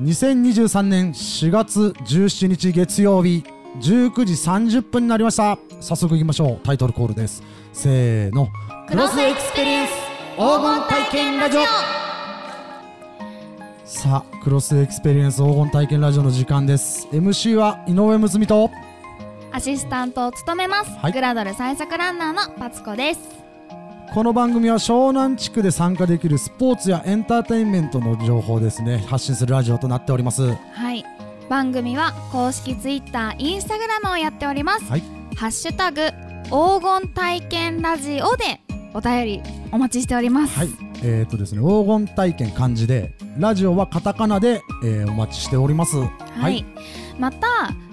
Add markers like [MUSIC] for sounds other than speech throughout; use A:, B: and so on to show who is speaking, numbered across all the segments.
A: 2023年4月17日月曜日19時30分になりました早速いきましょうタイトルコールですせーの
B: クロスエクスペリエンス黄金体験ラジオ
A: さあクロスエクスペリエンス黄金体験ラジオの時間です MC は井上睦美と
B: アシスタントを務めます、
A: はい
B: グラドル最速ランナーのパツコです
A: この番組は湘南地区で参加できるスポーツやエンターテインメントの情報ですね発信するラジオとなっておりますは
B: はい番組は公式ツイッターインスタグラムをやっております、
A: い
B: ハッシュタグ黄金体験ラジオでお便りお待ちしております
A: はいえー、とですね黄金体験漢字でラジオはカタカナで、えーお待ちしておりますは
B: はい、また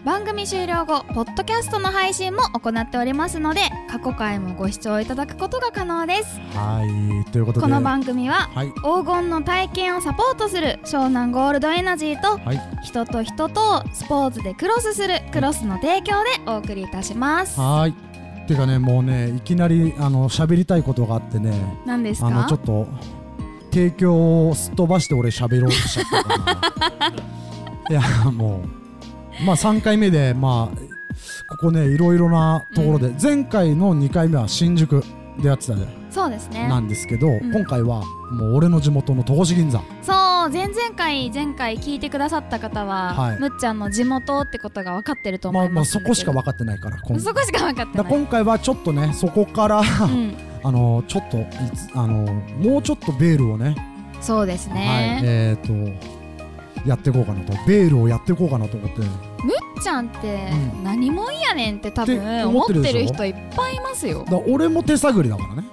B: 番組終了後ポッドキャストの配信も行っておりますので過去回もご視聴いただくことが可能です
A: はいということで
B: この番組は
A: はい
B: 黄金の体験をサポートする湘南ゴールドエナジーと
A: はい
B: 人と人とをスポーツでクロスするクロスの提供でお送りいたします
A: はーいてかねもうねいきなりあの喋りたいことがあってね
B: 何です
A: あの
B: か
A: ちょっと提供をすっ飛ばして俺喋ろうとしちゃったから
B: [LAUGHS]
A: いやもうまあ3回目でまあここねいろいろなところで、前回の2回目は新宿でやってたね
B: そうですね
A: なんですけど、
B: ん
A: 今回はもう俺の地元の戸越銀座
B: そう前々回前回聞いてくださった方は、
A: はい
B: むっちゃんの地元ってことが分かってると
A: ま
B: 思
A: あ
B: い
A: まあ
B: ます
A: そ
B: んだけど、
A: こしか分かってないから今
B: そこしか分かって
A: だ
B: な
A: から
B: い
A: 今回はちょっとねそこから、
B: うん、
A: あのちょっといつあのもうちょっとベールをね
B: そうですね、
A: はい、えー、とやっていこうかなとベールをやっていこうかなと思ってだ
B: むっちゃんって
A: うん
B: 何もんやねんって多
A: って
B: 分
A: 思
B: 思
A: っ
B: ってて
A: るでしょ
B: る人いっぱいいますよ
A: 俺も手探りだからね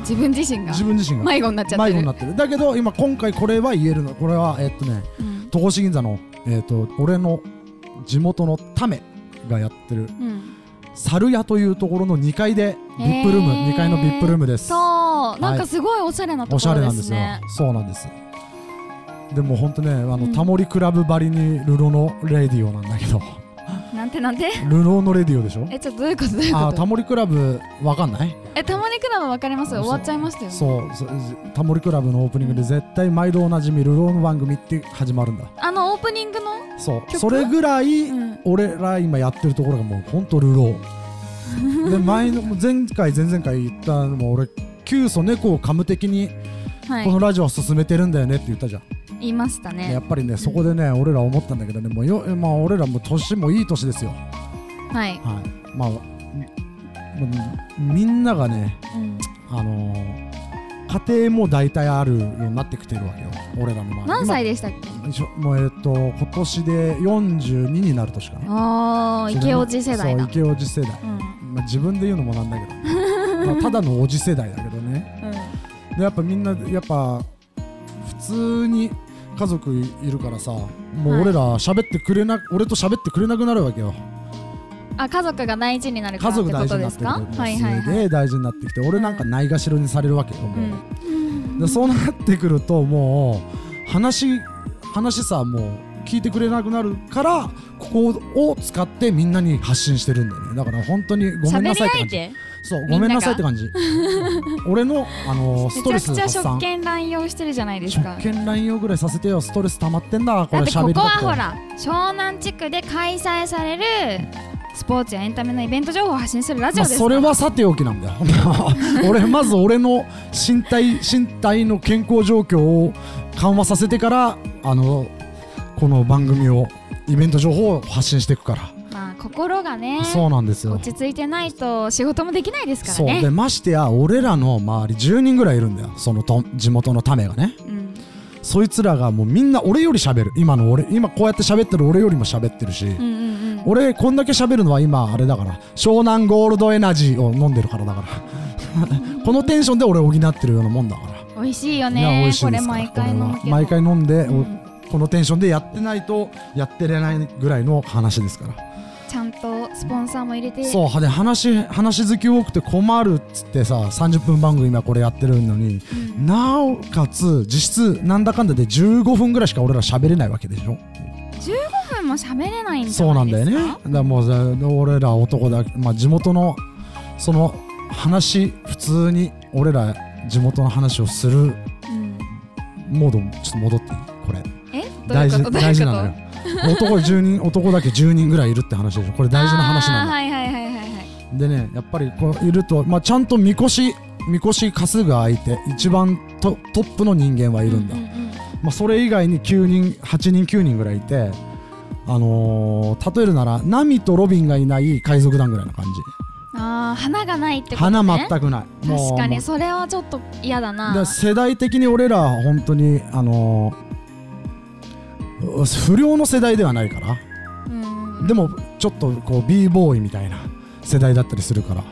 B: 自分自身が
A: 自分自身が
B: 迷子になっちゃっ
A: 迷
B: て
A: 子
B: る
A: になってるだけど今今回これは言えるのこれはえーっとね
B: うん
A: 戸越銀座の、えーっと俺の地元のタメがやってる
B: うん
A: 猿屋というところの2階で VIP ルーム、
B: へー
A: 2階の VIP ルームです
B: そうなん
A: は
B: か
A: い
B: すごいおしゃれなと
A: おし
B: こ
A: ゃれ
B: ろ
A: なん
B: で
A: です
B: す
A: よ
B: ね
A: そうなんですでもほんとねあの、
B: うん
A: タモリクラブばりにルロのレディオなんだけ
B: [LAUGHS]
A: ど
B: なんてなんて
A: ルロのレディオでしょ
B: えちょっとどういうことどういう
A: あー
B: こ
A: タ
B: と
A: モリクラブわかんない
B: えたまにクラブ分かります
A: そう
B: 終わっちゃいましたよね
A: そうそうタモリクラブのオープニングで絶対毎度おなじみルローの番組って始まるんだ
B: あのオープニングの
A: そう
B: 曲
A: それぐらい
B: うん
A: 俺ら今やってるところがもうほんとルロ
B: [LAUGHS]
A: ーで前の前回前々回言ったのも俺急須猫を噛む的に
B: は
A: こ
B: い
A: のラジオは進めてるんだよねって言ったじゃん、
B: 言いました
A: でや
B: ね
A: っぱりねそこでね俺ら思ったんだけどねもうよ、まあ、俺らもう年もいい年ですよ
B: はい
A: はいまあみみんながね
B: うん
A: あのー家庭も大体あるようになってきてるわけよ俺らの周り
B: 何歳
A: で
B: でしたっけ
A: もうえっ、と今年で42になる年かな
B: ああ
A: そう
B: 池おじ世代
A: そ
B: だ
A: う池おじ世代、
B: うん
A: まあ、自分で言うのもなんだけ
B: [LAUGHS]
A: どまあただのおじ世代だけどね
B: う
A: でやっぱみんなやっぱ普通に家族いるからさもう俺ら喋ってくれな、俺と喋ってくれなくなるわけよ
B: んあ家族が大事になるか
A: 家
B: らっ
A: 族
B: てこ
A: 大事
B: と
A: にな
B: で
A: って
B: す
A: くる
B: かはいはい
A: す
B: は
A: げ
B: い
A: え大事になってきて俺なんかないがしろにされるわけよ、もう
B: うん
A: でそうなってくるともう話話さもう聞いてくれなくなるからここを使ってみんなに発信してるんだよねだから本当にごめん
B: 喋
A: な
B: り
A: さいって
B: 合
A: 感じ
B: いて
A: そうご
B: みんなが
A: めんなさいって感じ俺の、あのーストレ
B: めち
A: ス
B: ゃくちゃ
A: 発散
B: 職権乱用してるじゃないですか
A: 職権乱用ぐらいさせてよストレス溜まってんだこ
B: だ
A: れ
B: ってこ
A: 喋り
B: こは
A: たくて
B: ほら湘南地区で開催されるスポーツやエンタメのイベント情報を発信するラジ
A: ま
B: オ
A: あ、
B: です
A: それはさておきなんだよ [LAUGHS] 俺まず俺の身体身体の健康状況を緩和させてからあのこの番組をイベント情報を発信していくか
B: まあ心がね
A: らそうなんですよ
B: 落ち着いてないと仕事もできないですから
A: そうで
B: ね
A: ましてや俺らの周り10人ぐらいいるんだよそのと地元のためがね
B: うん
A: そいつらがもうみんな俺より喋る今の俺今こうやって喋ってる俺よりも喋ってるし、
B: うんうんうん
A: 俺こんだけ喋るのは今あれだから湘南ゴールドエナジーを飲んでるからだから [LAUGHS] このテンションで俺補ってるようなもんだから
B: 美味しいよ
A: いや美
B: ね
A: 味しい
B: こ
A: で
B: れ
A: すから
B: 毎回飲む
A: こ
B: け
A: れ
B: ど
A: は毎回飲んで、
B: うん
A: おこのテンションでやってないとやってれないぐらいの話ですから
B: ちゃんとスポンサーも入れて
A: そうはで話話好き多くて困るっつってさ30分番組今これやってるのに、なおかつ実質なんだかんだで15分ぐらいしか俺ら喋れないわけでしょ
B: 15分も喋れないんじ
A: そ
B: ゃ
A: うな
B: な
A: いんだ
B: で
A: よ
B: す
A: ね
B: か
A: だからもうさ俺ら男だけ、まあ、地元のその話普通に俺ら地元の話をする
B: うん
A: モードちょっと戻っていいこれ
B: えどうい
A: 大
B: う
A: 事
B: ことどういう
A: 大事
B: こと
A: なのよ男10人男だけ10人ぐらいいるって話でしょこれ大事な話な
B: あー
A: の、
B: はいはいはいはいはい
A: でねやっぱりこういると、まあ、ちゃんとみこしみこし担ぐ相手一番トトップの人間はいるんだ、
B: うううん
A: まあ、それ以外に9人8人9人ぐらいいてあのー、例えるならナミとロビンがいない海賊団ぐらいな感じ、
B: ああ花がないってことね
A: 花全くないもう
B: 確か
A: も
B: にそれはちょっと嫌だ
A: うで
B: な
A: 世代的に俺らは本当にあのー、不良の世代ではないから
B: うん
A: でもちょっとこう b ボーイみたいな世代だったりするから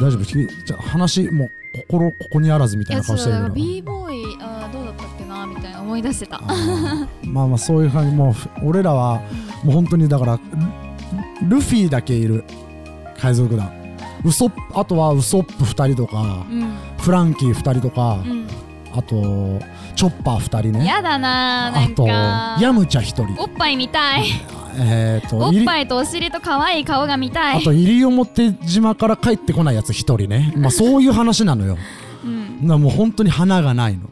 A: 大丈夫ひじゃあ話もう心ここにあらずみ
B: い
A: たい
B: や
A: な
B: そ
A: 顔
B: う
A: してるけ
B: だから
A: ど
B: b ボーイあーどうだったっけなみたいな思い出してた
A: あーまあまあそういう感じもう俺らはもう本当にだからルルフィだけいる海賊団ウソップあとはウソップ2人とか
B: うん
A: フランキー2人とか、
B: うん
A: あとチョッパー2人ね
B: 嫌だなな
A: あ
B: ん
A: と
B: か
A: ヤムチャ1人
B: おっぱい見たい
A: えー、と
B: お
A: イ
B: っ
A: リ
B: ぱいとお尻と可愛い顔が見た
A: あ
B: い
A: と西表島から帰ってこないやつ1人
B: [LAUGHS]
A: ね、まあ、そういう話なのよ
B: うん
A: なもう本当に花がないの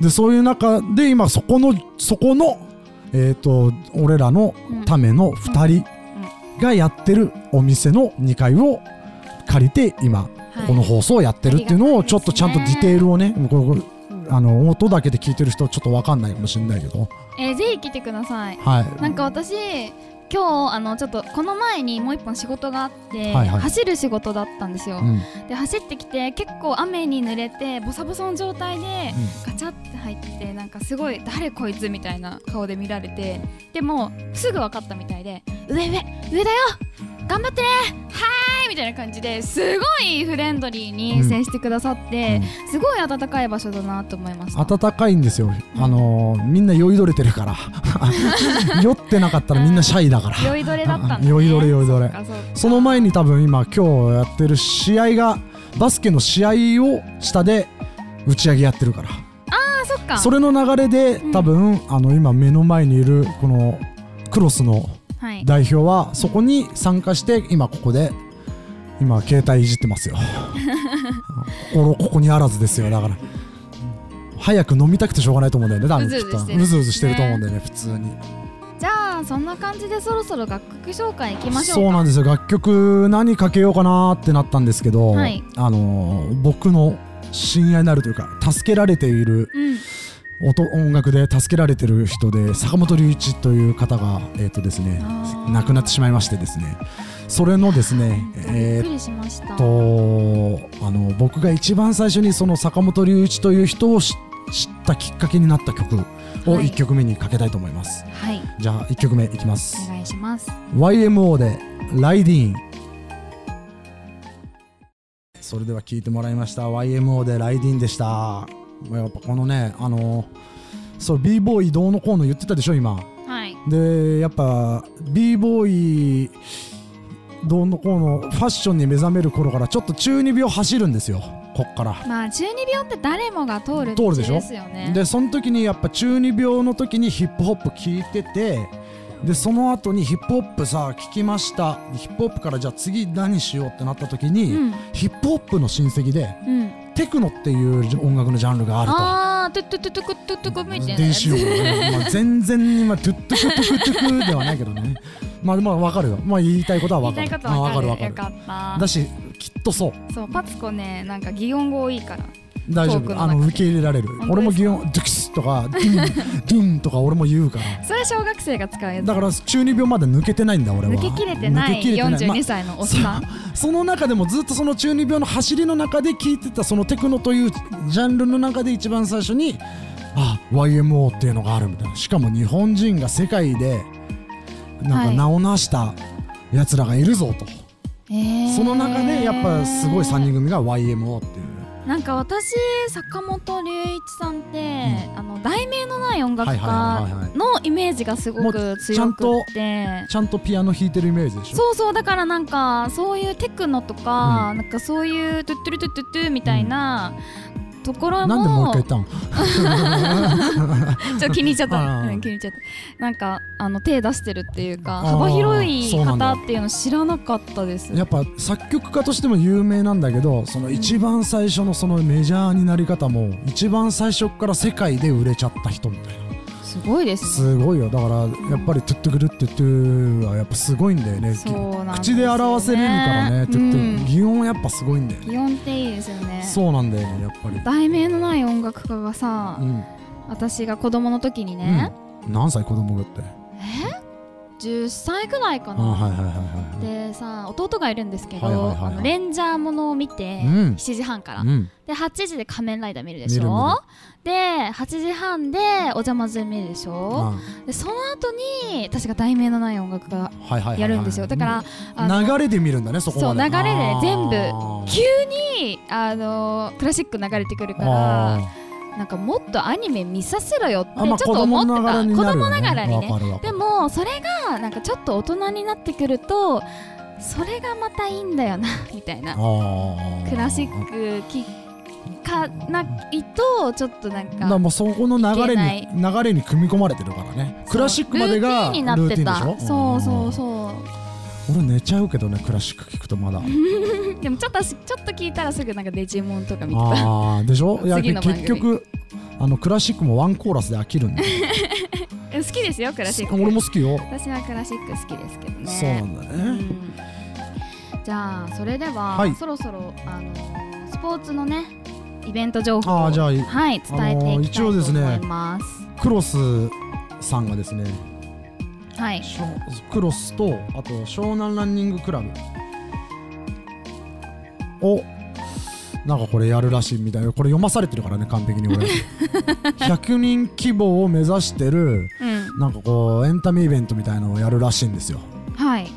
A: でそういう中で今そこのそこのえっ、と俺らのための2人がやってるお店の2階を借りて今
B: はい
A: この放送をやってるっていうのをちょっとちゃんとディテールをねこれこれあの音だけで聞いてる人ちょっと分かんないかもしれないけど
B: えーぜひ来てください
A: はい
B: なんか私今日あのちょっとこの前にもう一本仕事があって、
A: はいはい
B: 走る仕事だったんですよ、
A: うん
B: で走ってきて結構雨に濡れてボサボサの状態でガチャって入ってなんかすごい誰こいつみたいな顔で見られてでもすぐ分かったみたいで上上上だよ頑張ってねはーいみたいな感じですごいフレンドリーに接してくださって、すごい温かい場所だなと思いました
A: 暖かいんですよ、あのーみんな酔いどれてる
B: [LAUGHS]
A: から酔ってなかったらみんなシャイだから
B: 酔いどれだったんだ、ね、
A: 酔いどれ酔いどれ
B: そっかそっか
A: その前に多分今今日やってる試合がバスケの試合を下で打ち上げやってるから
B: あそっか
A: それの流れで
B: うん
A: 多分、あの今目の前にいるこのクロスの
B: はい
A: 代表はそこに参加して今ここで今携帯いじって
B: [LAUGHS]
A: ますよ心ここにあらずですよだから早く飲みたくてしょうがないと思うんだよね多分きっと
B: うずうずしてる
A: うずうずしてると思うんだよね普通に
B: じゃあそんな感じでそろそろ楽曲紹介いきましょうか
A: そうなんですよ楽曲何かけようかなーってなったんですけど、
B: はい
A: あのー僕の親愛なるというか助けられている
B: うん
A: 音音楽で助けられてる人で坂本龍一という方が、えーとですね
B: あ、ー
A: 亡くなってしまいましてですねそれのですね
B: びっ
A: え
B: く
A: ー
B: りしました、
A: とあの僕が一番最初にその坂本龍一という人を知知ったきっかけになった曲を
B: はい
A: 1曲目にかけたいと思います、
B: はい
A: じゃあ1曲目いきます
B: お願いします
A: YMO でライディーンそれでは聞いてもらいました YMO でライディーンでしたまあやっぱこのねあのそう b ボーイどうのこうの言ってたでしょ今
B: はい
A: でやっぱ b ボーイどうのこうのファッションに目覚める頃からちょっと中二病走るんですよこっから
B: まあ中二病って誰もが通る
A: 通るでしょ
B: 道ですよね
A: でその時にやっぱ中二病の時にヒップホップ聞いててでその後にヒップホップさ聞きましたヒップホップからじゃあ次何しようってなった時に、
B: うん
A: ヒップホップの親戚で
B: うん
A: テクノっていう音楽のジャンルがあると。
B: ああトゥトゥトゥトゥクトゥトゥクみたいな
A: 電子音楽
B: [LAUGHS]
A: ね、まあ、全然今トゥットゥクトゥクトゥクではないけどねまあまあ分かるよ、まあ、言いたいことは
B: 言
A: 分
B: い
A: か
B: た
A: る
B: いこと
A: あ
B: わかる
A: 分かる分か
B: よか
A: る
B: っ
A: だしきっとそう
B: たそうパツコねなんか擬音語多いから
A: 大丈
B: トーク
A: 夫
B: の
A: あ
B: 中で
A: の受け入れられる
B: 本当ですか
A: 俺も擬音ドゥクスとかドゥンドゥンとか俺も言うから
B: それ小学生が使うやつ
A: だから中二病まで抜けてないんだ俺は
B: 抜け切れてない
A: 抜け切れてないま
B: 42歳のおっさん、
A: あその中でもずっとその中二病の走りの中で聞いてたそのテクノというジャンルの中で一番最初にあ YMO っていうのがあるみたいなしかも日本人が世界でなん
B: は
A: か
B: い
A: 名を成したやつらがいるぞと、
B: えー
A: その中でやっぱすごい3人組が YMO っていう
B: なんか私坂本龍一さんって、あの題名のない音楽
A: はいはいはいは
B: 家
A: い
B: のイメージがすご
A: も
B: く
A: うちゃ
B: 強
A: んと
B: くって
A: ちゃんとピアノ弾いてるイメージでしょ
B: そうそうだからなんかそういうテクノとか、なんかそういうトゥットゥルトゥットゥットゥみたいなところ
A: なんでもう一
B: も
A: 回言ったの
B: ちょっと気に入っちゃった、
A: あー
B: うん、気に入っちゃったなんかあの手出してるっていうか
A: あー
B: 幅広い
A: そうなん
B: 方
A: だ
B: っていうの知らなかったです
A: やっぱ作曲家としても有名なんだけどその一番最初のそのメジャーになり方も一番最初から世界で売れちゃった人みたいな
B: すごいですね
A: すごいよだからやっぱり「トゥットゥクルットゥットゥ」はやっぱすごいんだよね
B: そうなんで
A: 口
B: すよね
A: で表せれるからね「トゥット
B: う
A: ゥ」
B: ん
A: 擬音はやっぱすごいんだよね
B: 擬音っていいですよね
A: そうなんだよねやっぱり
B: 題名のない音楽家がさ、
A: うん
B: 私が子供の時にね、
A: うん何歳子供だって
B: 10歳ぐらいか
A: あ
B: な、
A: はいはいはいはいは
B: でさ弟がいるんですけど、
A: はいはいはいはい
B: あのレンジャーものを見て、
A: うん
B: 7時半から、
A: いうん
B: で8時で仮面ライダー見るでし
A: 見る見
B: ょで8時半でお邪魔ず見るでし
A: あ
B: ょでその後に確か題名のない音楽が
A: はいはいはいはい
B: やるんですよだから、あの
A: 流れで見るんだねそこまで
B: そう流れで全部
A: あー
B: 急にあのクラシック流れてくるか
A: あ
B: ら
A: ー
B: なんかもっとアニメ見させろよってち
A: あ
B: ょ
A: まあ
B: っと思ってた、子供ながらにね
A: わかるわか
B: で
A: る
B: もそれがなんかちょっと大人になってくるとそれがまたいいんだよなみたいな
A: あー
B: クラシック聴かないとちょっとなん
A: だから
B: か
A: もうそこの流れ
B: い
A: に流れに組み込まれてるからねクラシックまでが
B: ルー
A: ル
B: ティンになっ
A: ーティ
B: て
A: ンで
B: た
A: しょ
B: そうそう
A: う
B: そ
A: ん俺寝ちゃうけどねクラシック聞くとまだ
B: うでもちょっとしちょっと聞いたらすぐなんかデジモンとか見てた
A: あーでしょいや
B: [LAUGHS] 次の番組
A: 結局あのクラシックもワンコーラスで飽きる
B: [LAUGHS]
A: んだよ
B: え好きですよクラシック
A: 俺も好きよ
B: 私はクラシック好きですけどね
A: そうなんだね
B: うんじゃあそれでは、
A: はい
B: そろそろあのースポーツのねイベント情報を
A: あーじゃあ
B: はい伝えていきたいと
A: あのー一応ですね
B: 思います。
A: クロスさんがですね
B: はい
A: しょクロスとあと湘南ランニングクラブをなんかこれやるらしいみたいなこれ読まされてるからね完璧に俺 [LAUGHS] 100人規模を目指してる
B: うん
A: なんかこうエンタメイベントみたいのをやるらしいんですよ
B: はい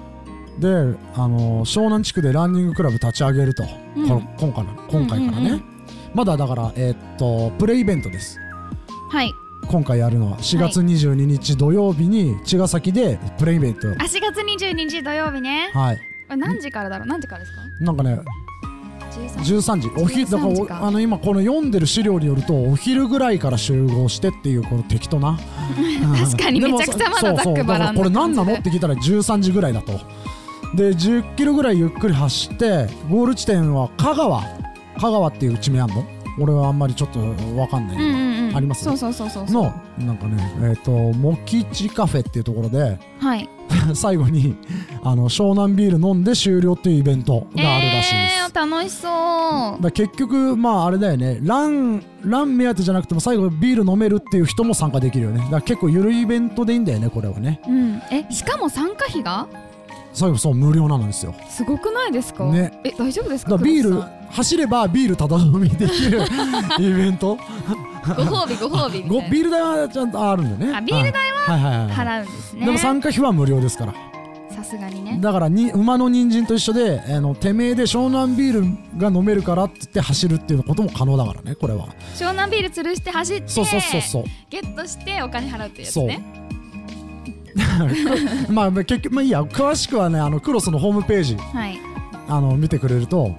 A: であの湘南地区でランニングクラブ立ち上げると、
B: うん
A: この今回の今回からね、
B: うんうんうん
A: まだだからえーっとプレイイベントです
B: はい
A: 今回やるのは4月22日土曜日に茅ヶ崎でプレイイベント、
B: あ4月22日土曜日ね
A: はい
B: これ何時からだろう何時からですか
A: なんかね
B: 13時
A: 13時お昼だから
B: 13時
A: お
B: か
A: あの今この読んでる資料によるとお昼ぐらいから集合してっていうこの適当な
B: [LAUGHS] 確かに
A: でも
B: めちゃくちゃまだ
A: そうそう
B: ざっくばらんな
A: だからこれ
B: 感じで
A: 何なのって聞いたら13時ぐらいだとで10キロぐらいゆっくり走ってゴール地点は香川香川っていう地名あんの俺はあんまりちょっとわかんないけ
B: うん
A: ど、
B: うんうん
A: あります
B: そうそうそうそうそう
A: のなんかねえっ、とモキチカフェっていうところで [LAUGHS]
B: はい
A: 最後にあの湘南ビール飲んで終了っていうイベントがあるらしいです、
B: えー、楽しそう
A: だから結局まああれだよねランラン目当てじゃなくても最後ビール飲めるっていう人も参加できるよねだから結構ゆるいイベントでいいんだよねこれはね
B: うん、えしかも参加費が
A: 最後そう無料なんですよ
B: すごくないですか、
A: ね
B: え大丈夫です
A: だか
B: から
A: ビール
B: 黒田
A: 走ればビールただ飲みでき
B: [LAUGHS]
A: るイベント
B: さん
A: [LAUGHS]
B: ご褒美ご褒美み
A: ご
B: たい
A: ビール代はちゃんとあるんだよね
B: あビール
A: 代ははいはいはい
B: な
A: はい
B: 払うんですね
A: でも参加費は無料ですから
B: さすがにね
A: だからに馬の人参と一緒であのてめえで湘南ビールが飲めるからって言って走るっていうことも可能だからねこれは
B: 湘南ビール吊るして走って
A: そうそうそうそう
B: ゲットしてお金払うってやつ
A: そう
B: ね。
A: まあ結局まあいいや詳しくはねあのクロスのホームページ
B: はい
A: あの見てくれると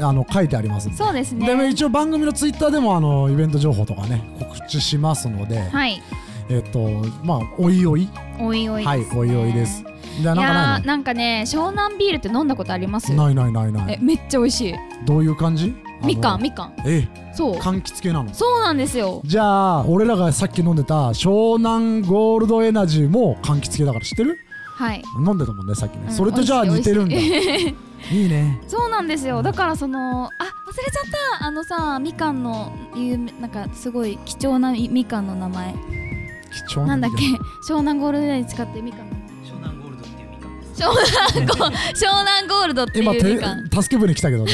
A: あの書いてありますんで
B: そうですね
A: でも一応番組のツイッターでもあのイベント情報とかね告知しますので、
B: はい
A: えっとまあおいおい
B: おいおいです、
A: は
B: ね、
A: いおいおいですじゃあ
B: い
A: な
B: や
A: んか
B: ーなんかね湘南ビールって飲んだことあります
A: ないのないないないな
B: え
A: い
B: めっちゃ美味しい
A: どういう感じあの
B: みかんみかん
A: え
B: そう
A: 柑橘系なの
B: そうなんですよ
A: じゃあ俺らがさっき飲んでた湘南ゴールドエナジーも柑橘系だから知ってる
B: はい
A: 飲んでたもんねさっきね、
B: うん
A: それとじゃあ
B: 美味
A: 似
B: しい
A: てるんだ
B: 美味
A: いいね
B: そうなんですよだからそのあ忘れちゃったあのさみかんの有名なんかすごい貴重なみみかんの名前
A: [LAUGHS] 貴重
B: な
A: なん
B: だっ
A: みか
B: け湘南ゴールドに使ってみかんの
C: 湘南ゴールドっていうみかんです。
B: 湘南ゴ湘南ゴールドって
A: 今
B: いうみ
A: て
B: かん
A: 助け舟来たけ
B: [LAUGHS]
A: どね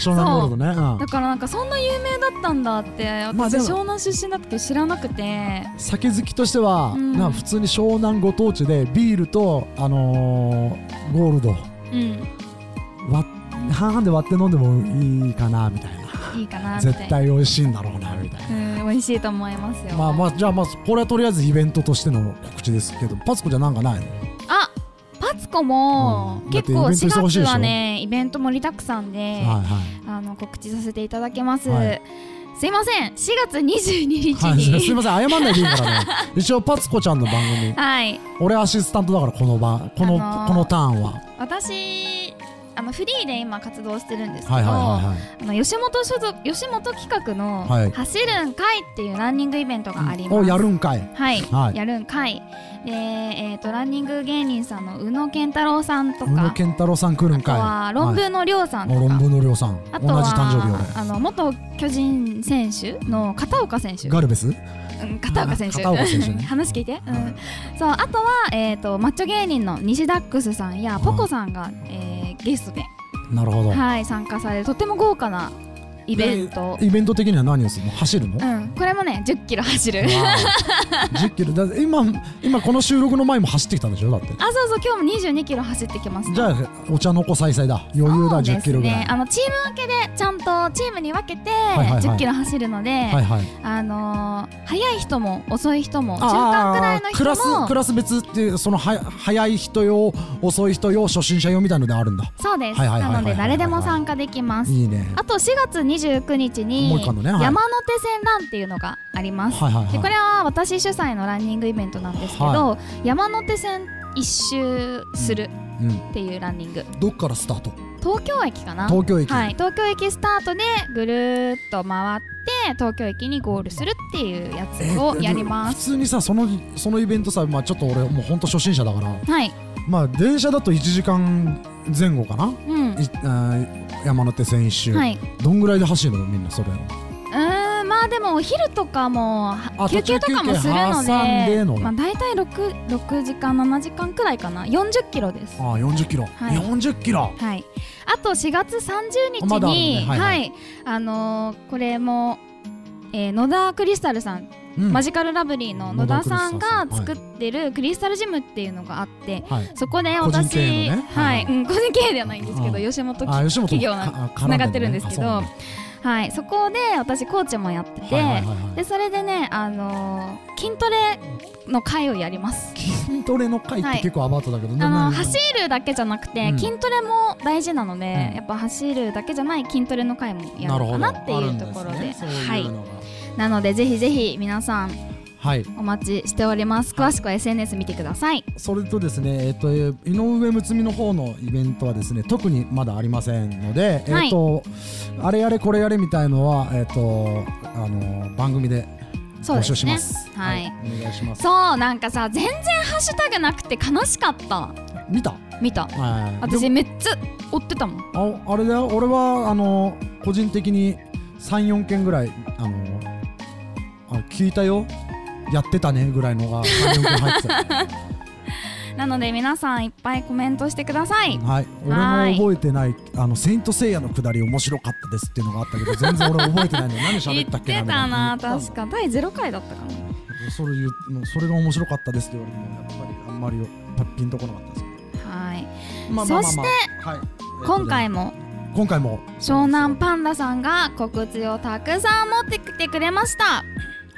A: 湘南ゴールドね、うん
B: だからなんかそんな有名だったんだって私、
A: まあでも
B: 湘南出身だったけど知らなくて
A: 酒好きとしては、
B: うん
A: なんか普通に湘南ご当地でビールと、あのーゴールド
B: うん
A: 割っ半々で割って飲んでもいいかなみたいない
B: いかなみたいな
A: 絶対美味しいんだろうなみたいな。
B: うん美味しいと思いますよ
A: まあまあじゃあまあこれはとりあえずイベントとしての告知ですけどパツコじゃなんかないの
B: あパツコ個も
A: うん
B: 結
A: だ
B: 構
A: ってイベント
B: 4
A: 忙しい
B: 月
A: でしょ
B: はねイベント盛りだくさんで、
A: はいは
B: あの告知させていただきます、
A: はい
B: すいません4月22日に、
A: い、はい、すい
B: は
A: ません謝んないでいいからね
B: [LAUGHS]
A: 一応パツコちゃんの番組
B: い、
A: 俺アシスタントだからこの番この、
B: あのー
A: このターンは
B: 私あのフリーで今活動してるんですけど、
A: はいはいはいはい
B: あの吉本所属吉本企画の
A: はい
B: 「走るん会」っていうランニングイベントがあります、
A: をやるんかい
B: はい、
A: はい
B: やるん会で、えー、とランニング芸人さんの宇野健太郎さんと
A: 宇野
B: か
A: 健太郎さん来るん
B: あと
A: かい
B: は論文の亮さんと
A: はい
B: か、
A: お論文の量さん
B: あ
A: 同
B: と
A: じ
B: は
A: 誕生日俺
B: あの元巨人選手の片岡選手
A: ガルベス
B: うん片岡選手
A: 片岡選手ね
B: [LAUGHS] 話聞いて、うん
A: はい
B: そうあとは、えー、とマッチョ芸人の西ダックスさんや
A: い
B: ポコさんが、えーゲストで、
A: なるほど、
B: はい、参加されるとても豪華なイベント、
A: イベント的には何をするの走るの、
B: うん、これもね1 0キロ走る [LAUGHS]
A: 10キロだって今今この収録の前も走ってきたんでしょだって
B: あそうそう今日も2 2キロ走ってきました
A: じゃあお茶の子さいさいだ余裕だ
B: そう
A: 10
B: です
A: キロぐらい、
B: ね、あのチーム分けでちゃんとチームに分けて
A: いはいはい
B: 1 0キロ走るので、
A: はいはい
B: あのー速い人も遅い人も中間くら
A: あ
B: いの
A: ク
B: 人
A: ラスク
B: も
A: ラス別っていうそのは早い人用遅い人用初心者用みたいのであるんだ
B: そうです
A: はいはいはいはい
B: なので誰でも参加できます
A: いいね
B: あと4月29日に
A: もう一個あんのねはい
B: 山手線ランっていうのがあります
A: はいはい
B: でこ
A: は
B: れは私主催のランニングイベントなんですけど、
A: は
B: 山手線一周する
A: い、うん、
B: っていうランニング
A: どっからスタート
B: 東京駅かな
A: 東京駅、
B: はい、東京駅スタートでぐるーっと回って東京駅にゴールするっていうや
A: え
B: つをやりま
A: 普
B: す。
A: 通にさそのそのイベントさ、まあ、ちょっと俺もうほんと初心者だから
B: はい、
A: まあ電車だと1時間前後かな
B: うん、
A: いあー山手線一周、
B: はい、う
A: どんぐらいで走るのみんなそれ
B: ーん、まあでもお昼とかも
A: あ
B: 休憩とかもする
A: 途
B: の
A: 中休憩挟んで
B: で、
A: の
B: まあ大体六六時間七時間くらいかな、四十キロです。
A: ああ40キロ、
B: はい
A: 40キロ
B: はい、あと4月30日に、
A: まだあるねは
B: はいい、
A: はい
B: あのーこれも、えー野田クリスタルさん、
A: うん
B: マジカルラブリーの野田さんが
A: 野田クリスタルさん
B: 作ってるクリスタルジムっていうのがあって、
A: はい
B: そこで
A: 個人
B: 私、
A: 経営のね
B: はい、
A: は
B: うん、個人経営ではないんですけど、
A: うん
B: 吉本
A: あ
B: 企
A: 吉本
B: 企業な
A: の
B: つながってるんですけど、はい、そこで私コーチもやってて、
A: はいはいはいはい
B: でそれでね、あのー筋トレの会をやります。
A: 筋トレの会って結構アバウトだけど、ね
B: あの
A: な
B: 走るだけじゃなくて、
A: うん
B: 筋トレも大事なので、
A: うん
B: やっぱ走るだけじゃない筋トレの会もやろうかなっていうところで
A: あるんすねそ
B: は
A: ういう
B: い、
A: のが
B: なのでぜひぜひ皆さん
A: はい、
B: お待ちしております詳しくは SNS 見てください
A: それとですね、えっと、えー井上睦美の方のイベントはですね特にまだありませんので、
B: はい
A: えっと、あれやれこれやれみたいのは、えっと、あの番組で
B: そう
A: 募
B: で
A: 集
B: す
A: し
B: ね
A: ます
B: はい、
A: お願いします
B: そうなんかさ全然ハッシュタグなくて悲しかった
A: 見た
B: 見た
A: はい
B: 私
A: で
B: めっちゃ追ってたもん
A: もああれだよ俺はあの個人的に34件ぐらいあのあ聞いたよやってたねぐらいのが34件入ってた
B: なので皆さんいっぱいコメントしてください
A: はい
B: は
A: 俺
B: い
A: も覚えてない「あのセイント・セイヤのくだり面白かったです」っていうのがあったけど全然俺覚えてないの何
B: 言
A: 喋
B: っ
A: ったってけ
B: た
A: みい
B: な
A: 言ったんだ
B: 確か第0回だったかな
A: それ言うもうそれが面白かったですって言われてもやっぱりあんまりパッピンとこなかったですけ
B: はい
A: ど、まあまあまあまあはい
B: 今回
A: も
B: も
A: 今回も
B: 湘南パンダさんが告知をたくさん持ってきてくれました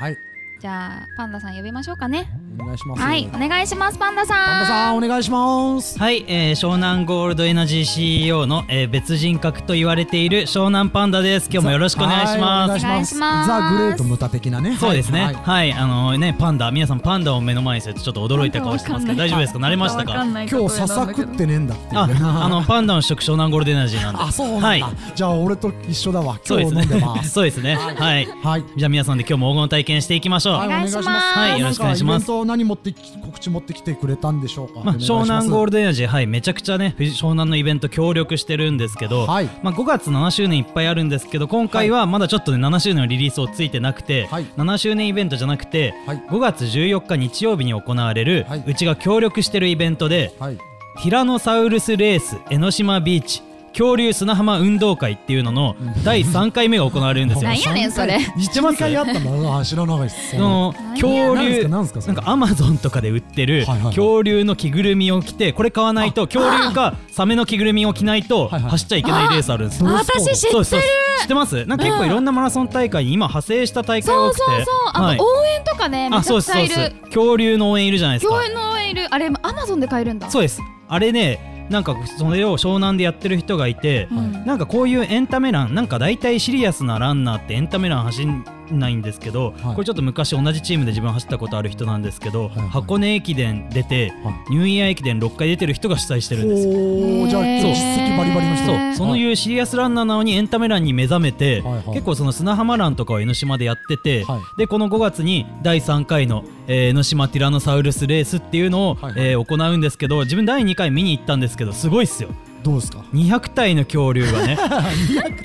A: はい
B: じゃあパンダさん呼びましょうかね
A: お願いします
B: はいお
A: 神
B: 願いしますパンダさん
A: 田さんお願いします
C: はい、えー湘南ゴールドエナジー CEO の、えー別人格と言われている湘南パンダです。今日もよろしくお願いします。
A: はいお願いします
B: お願いします
A: ザ・グレート・ムタ的なね
C: そうですね。
A: は
C: はいい、あのねパンダ皆さんパンダを目の前にするとちょっと驚いた顔してますけど大丈夫ですか？慣れましたか？
A: はい今日笹食ってねえんだっていう
C: あ、
A: ね
C: あのパンダの主食湘南ゴールドエナジーなんで。
A: あそうな
C: は
A: ん
C: い
A: だ、じゃあ俺と一緒だわ
C: そう
A: 今日飲
C: です
A: んで
C: ね
A: ま。す
C: [LAUGHS] そうですね。はい。
A: はい
C: じゃあ皆さんで今日も黄金体験していきましょう。
A: は
B: お願いします
C: はいよろしくお願いします
A: なんかイベント何持ってき告知持ってきてくれたんでしょうか。
C: まあ、湘南ゴー
A: ル
C: ルドエナジー、はい、めちゃくちゃね、藤湘南のイベント協力してるんですけど、
A: はい
C: まあ、5月7周年いっぱいあるんですけど、今回はまだちょっとね、7周年のリリースをついてなくて、
A: はい
C: 7周年イベントじゃなくて、
A: はい
C: 5月14日日曜日に行われる、
A: はいう
C: ちが協力してるイベントで、
A: はい
C: ティラノサウルスレース江ノ島ビーチ恐竜砂浜運動会っていうのの第3回目が行われるんですよ。
B: 何やねんそれ
A: 一万回あったんだ。あ知らないです。
C: その恐
A: 何ですか
C: 竜な
A: 何
C: ん
A: ですかそれ
C: かアマゾンとかで売って
A: はい
C: る
A: はいはい
C: 恐竜の着ぐるみを着てこれ買わないと恐竜がサメの着ぐるみを着ないと
A: はいはい
C: 走っちゃいけないレースあるんですよ。
A: あ
B: 私知ってる
C: そうですそうです知ってますなんか結構いろんなマラソン大会に今派生した大会が
B: そ
C: 多
B: う
C: くて
B: そうそうあ
C: はい
B: の応援とかねめ
C: あ
B: ち
C: そう
B: ゃ
C: で
B: くち
C: すそ
B: ゃ
C: う
B: い
C: です
B: る
C: 恐竜の応援いるじゃないですか
B: 教員の応援いるあれアマゾンで買えるんだ
C: そうですあれねなんかそれを湘南でやってる人がいて、
B: うん
C: なんかこういうエンタメ欄なんか大体シリアスなランナーってエンタメ欄走んないんですけど、
A: はい
C: これちょっと昔同じチームで自分走ったことある人なんですけど、
A: はいはい
C: 箱根駅伝出て
A: は
C: ニューイヤー駅伝6回出てる人が主催してるんですよ。
A: おおじゃあ
B: へー
A: 実績バリバリの人
C: そ
B: へー
C: うそういうシリアスランナーなのにエンタメ欄に目覚めて、
A: はいはい
C: 結構その砂浜欄とかを江ノ島でやってて、
A: はい
C: でこの5月に第3回の、えー江ノ島ティラノサウルスレースっていうのを、
A: はいはい
C: えー行うんですけど自分第2回見に行ったんですけどすごいっすよ
A: どうですか
C: 200体の恐竜
A: [LAUGHS]
C: がね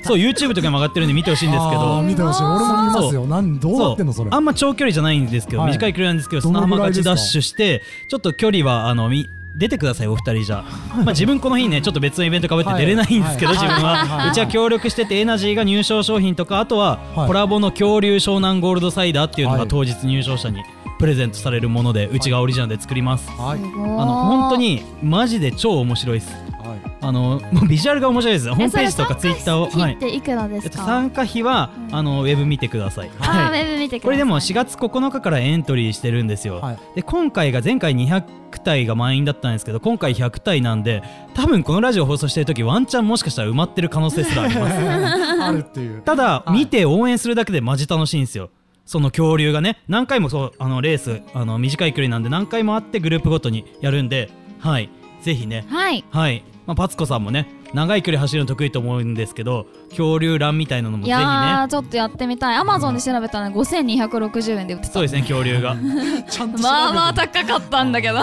C: そう YouTube とかにも上がってるんで見てほしいんですけ
A: あー
C: ど
A: 見てほしい俺も見ます
C: そ
A: よなんどうなってんのそれ
C: あんま長距離じゃないんですけど、
A: はい
C: 短い距離なんですけど
A: どの
C: 砂
A: ぐらい
C: 浜
A: で
C: 勝
A: す
C: ち
A: か
C: ダッシュしてちょっと距離はあのみ出てくださいお二人じゃまあ自分この日ねちょっと別のイベントかぶって
A: はい
C: 出れないんですけ
A: は
C: ど、
A: い
C: 自分は、
A: はいはいう
C: ちは協力しててエナジーが入賞商品とかあとは、
A: はい
C: コラボの恐竜湘南ゴールドサイダーっていうの
A: は
C: が
A: い
C: 当日入賞者にプレゼントされるもので、うちがオリジナルで作ります、
A: はい
B: すごい
C: あの本当にマジで超面白いです
A: はい
C: あのもうビジュアルが面白いですホームページとかツイッターを、
D: えそれ
C: は
D: 参加費
C: い
D: っ、ていくらで
C: え
D: す
C: っと、
D: か、
C: 参加費は、あのウェブ見てください。
D: あー、
C: はい
D: ウェブ見てください
C: これでも4月9日からエントリーしてるんですよ、
A: はい [LAUGHS]
C: で今回が前回200体が満員だったんですけど今回100体なんで多分このラジオ放送してる時ワンチャンもしかしたら埋まってる可能性すらあります
A: [LAUGHS] あるっていう
C: ただ
A: い
C: 見て応援するだけでマジ楽しいんですよその恐竜がね何回もそうあのレースあの短い距離なんで何回もあってグループごとにやるんではいぜひね
B: はい
C: はい、まあ、パツコさんもね長い距離走るの得意と思うんですけど恐竜欄みたいなのも
B: い
C: ぜひね
B: やーちょっとやってみたいアマゾンで調べたら5260円で売ってた
C: そうですね恐竜が
A: ちゃんと調べて
B: まあまあ高かったんだけど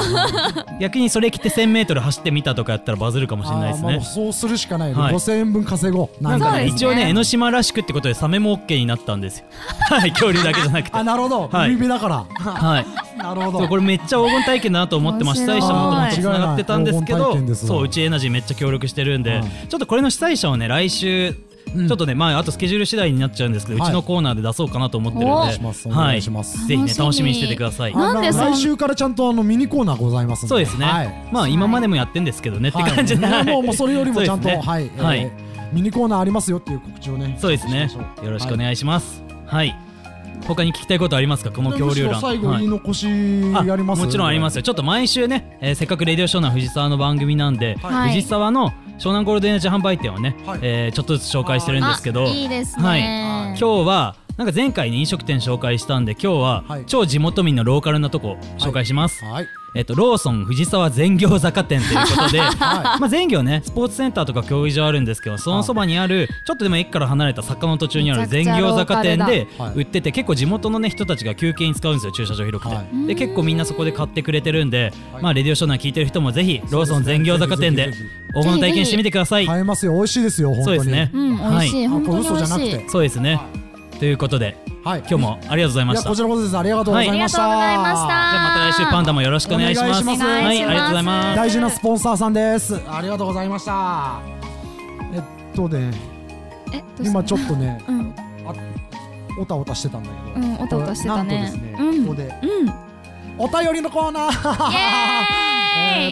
C: 逆にそれ着て 1000m 走ってみたとかやったらバズるかもしれないで
A: あ
C: す
A: ーまあも
C: ね
A: うそうするしかないよね、
C: はい
A: 5000円分稼ごう
C: なん
A: か
C: かね
B: そうですね
C: 一応ね江ノ島らしくってことでサメも OK になったんですよはい恐竜だけじゃなくて
A: あなるほど、
C: はい
A: 海辺だから
C: はい
A: なるほ
C: そう
A: ど
C: これめっちゃ黄金体験だなと思ってまあ
B: 面
C: 主
B: 白
C: 催
B: い
C: 者もともとつながってたんですけ
A: 間違いない黄金体
C: ど
A: 験ですわ
C: そううちエナジーめっちゃ協力してるんで、
A: はい
C: ちょっとこれの主催者をね来週
A: うん
C: ちょっとね、まあ、あとスケジュール次第になっちゃうんですけど、
A: はいう
C: ちのコーナーで出そうかなと思ってるん
B: お
A: お願いします
C: で、
A: お願
C: はいい、
A: し
C: ぜ
A: ます
C: ひね、
B: 楽
C: 楽
B: し
C: し
B: み
C: み
B: に
C: にしててください。
B: なんでそん
A: 来週からちゃんとあのミニコーナーございますん
C: そうですね、
A: はい
C: まあ、今までもやってんですけどね、って感じで、
A: はい
C: [LAUGHS]
A: もうもうそれよりもちゃんと、
C: そうですね
A: はい、えー
C: はい
A: ミニコーナーありますよっていう告知をね
C: そうですね
A: しましょ。う
C: よろしくお
A: は
C: 願いします。はい。他に聞きたいことありますか、この恐竜
A: む
C: 欄。
A: しろ最後
C: は
A: 言い
C: い
A: 残し
C: あ
A: やります
C: もちろんありますよちょっと毎週ね、えーせっかく「レディオショーナー藤沢」の番組なんで、
B: はい
C: 藤沢の湘南ゴールデンエナジー販売店をね、
A: はい
C: えーちょっとずつ紹介してるんですけど
D: あいいですね、
C: はい
A: 今
C: 今日はなんか前回に飲食店紹介したんで今日は
A: はい
C: 超地元民のローカルなとこ紹介します、
A: はい
C: えっと、ローソン藤沢全業坂店というこ
A: [LAUGHS]
C: とで、
A: は
C: [LAUGHS] まあ、全業ねスポーツセンターとか競技場あるんですけどそのそばにあるちょっとでも駅から離れた坂の途中にある全業坂
B: め
C: 店で
A: ゃローカルだ
C: 売ってて結構地元の、ね、人たちが休憩に使うんですよ駐車場広くて、
A: は
C: で結構みんなそこで買ってくれてるんで、
A: はい
C: まあ、レディオショーナー聞いてる人もぜひローソン全業坂店で
A: ぜひぜひ
C: 黄金体験してみてください。
A: 買えますよ美味しいですよ本当
C: そう
A: に
C: ですね、
D: うん、美
C: は
D: 味しい、
C: い、
D: 本当に美
A: これ嘘
D: 味
A: じゃなく
D: しい
A: て
C: そうですね
A: は
C: ということで
A: はい
C: 今日もありがとうございま
A: いや
C: した。
A: こちらこそですありがとうございまし
D: は
A: た、
D: いありがとうございました
C: じゃあまた来週パンダもよろしくお願いします。
A: お願いします
C: はい、ありがとうございます。
A: 大事なスポンサーさんですありがとうございましたえっとね
B: えどうした
A: 今ちょっとね
B: うん
A: おたおたしてたんだけど、
B: うんおたおたしてたね
A: これなんとですね、
B: うん
A: ここで
B: うん
A: お便りのコーナー
B: イエ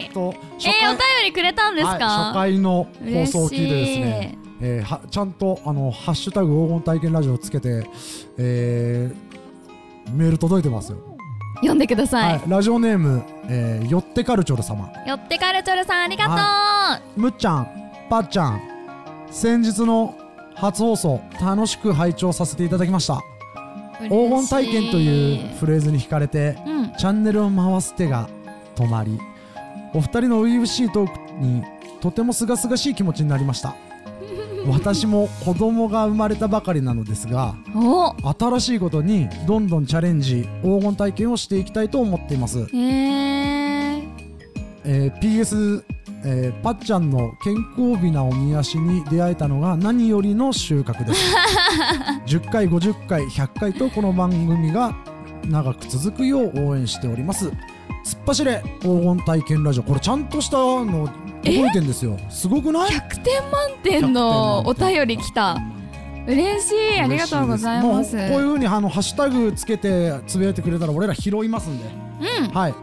B: ーイ
A: えーっと初
B: えー、お便りくれたんですか、
A: はい、初回の放送を聞いてです
B: 嬉し
A: ね
B: い、
A: えーはちゃんとあの「ハッシュタグ黄金体験ラジオ」をつけて、えーメール届いてますよ、
B: 読んでください、
A: ラジオネーム、えーよってカルチョル様
B: よってカルチョルさんありがとう、
A: むっちゃんぱっちゃん先日の初放送楽しく拝聴させていただきました黄金体験というフレーズに惹かれて
B: うん
A: チャンネルを回す手が止まりお二人の初々しいトークにとても清々しい気持ちになりました私も子供が生まれたばかりなのですが
B: お
A: 新しいことにどんどんチャレンジ黄金体験をしていきたいと思っています
B: えー、
A: えー PS、えー、ぱっちゃんの健康美なおみ足に出会えたのが何よりの収穫です
B: [LAUGHS]
A: 10回50回100回とこの番組が長く続くよう応援しております突っ走れ黄金体験ラジオこれちゃんとしたの覚えてんですよすごくない
B: 100点満点の
A: 100
B: お
A: 点満点
B: 便り来た嬉しいありがとうございま
A: 嬉
B: す
A: しですもうこういうふうにあのハッシュタグつけてつぶやいてくれたら俺ら拾いますんで、はい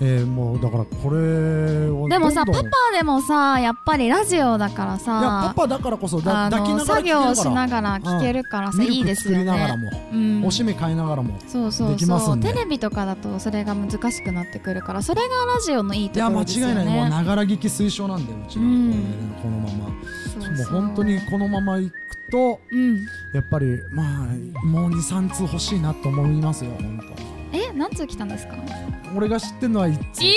A: えー、もうだからこれを
B: でもさ
A: どん
B: パ
A: どん
B: パでもさやっぱりラジオだから
A: いやパ
B: さ
A: パだからこそだ
B: あ
A: 抱き
B: の
A: ながら
B: 作業しな
A: ら
B: がら聞けるからさ、いい
A: ミル
B: で
A: ク
B: す
A: 作
B: よ
A: りながら
B: ね。
A: も、
B: うん
A: おしめ買いながらも
B: そうそう
A: できま
B: そ
A: す
B: うん
A: で
B: テレビとかだとそれが難しくなってくるからそれがラジオのいい
A: い
B: と
A: や
B: こ
A: 間
B: ろ
A: 違
B: です
A: い
B: よね
A: ないもう長ら聞き推奨なんでうちの学校ね、このまま
B: そう
A: も
B: そうう
A: 本当にこのまま行くと
B: うん
A: やっぱりまあもう23通欲しいなと思いますよ本
B: え何通来たんですか
A: 当俺が知ってるのは1通
B: 一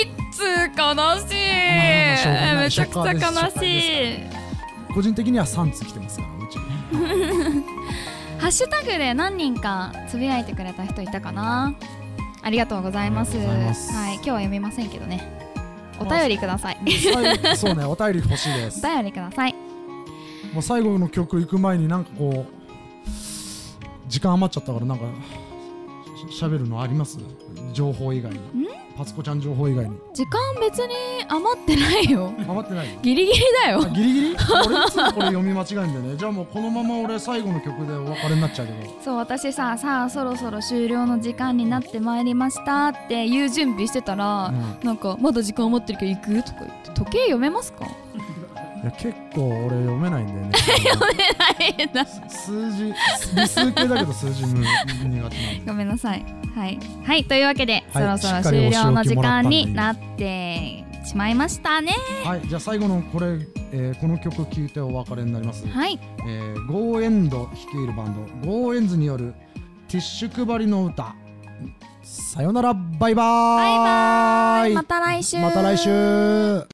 B: 通悲しい、
A: あしょうがない
B: めちゃくちゃ
A: 初回
B: 悲
A: です
B: しい
A: 個人的には3通来てますからうちね
B: ハッシュタグで何人かつぶやいてくれた人いたかなありがとうございます
A: ありがとうございます
B: はい今日は読みませんけどねお便りく
A: [LAUGHS]
B: ださい
A: 最後そうねお便り欲しいです
B: お便りください
A: もう最後の曲行く前になんかこう時間余っちゃったからなんかししゃべるのあります情報以外にパツコちゃん情報以外に
B: 時間別に余ってないよ
A: 余ってない
B: ギリギリだよ
A: あギリギリ俺いつもこれ読み間違えんだよねじゃあもうこのまま俺最後の曲でお別れになっちゃうけど
B: そう私ささあそろそろ終了の時間になってまいりましたっていう準備してたら、
A: うん
B: なんかまだ時間余ってるけど行くとか言って時計読めますか
A: いや結構俺読めないんだよね数字理数系だけど数字む苦手なんで
B: ごめんなさい。はい、はい、というわけで、
A: はい
B: そ
A: し
B: ろ
A: っ
B: そ
A: か
B: ろ
A: り
B: 終
A: お仕
B: 了の
A: 置
B: 時
A: きもらった
B: 間
A: んで
B: になってしまいましたね。
A: はいじゃあ最後のこれ、えーこの曲聴いてお別れになります、
B: はい、
A: えー、ゴーエンド率いるバンドゴーエンズによるティッシュ配りの歌さよならバイバーイ
B: また来週。
A: また来週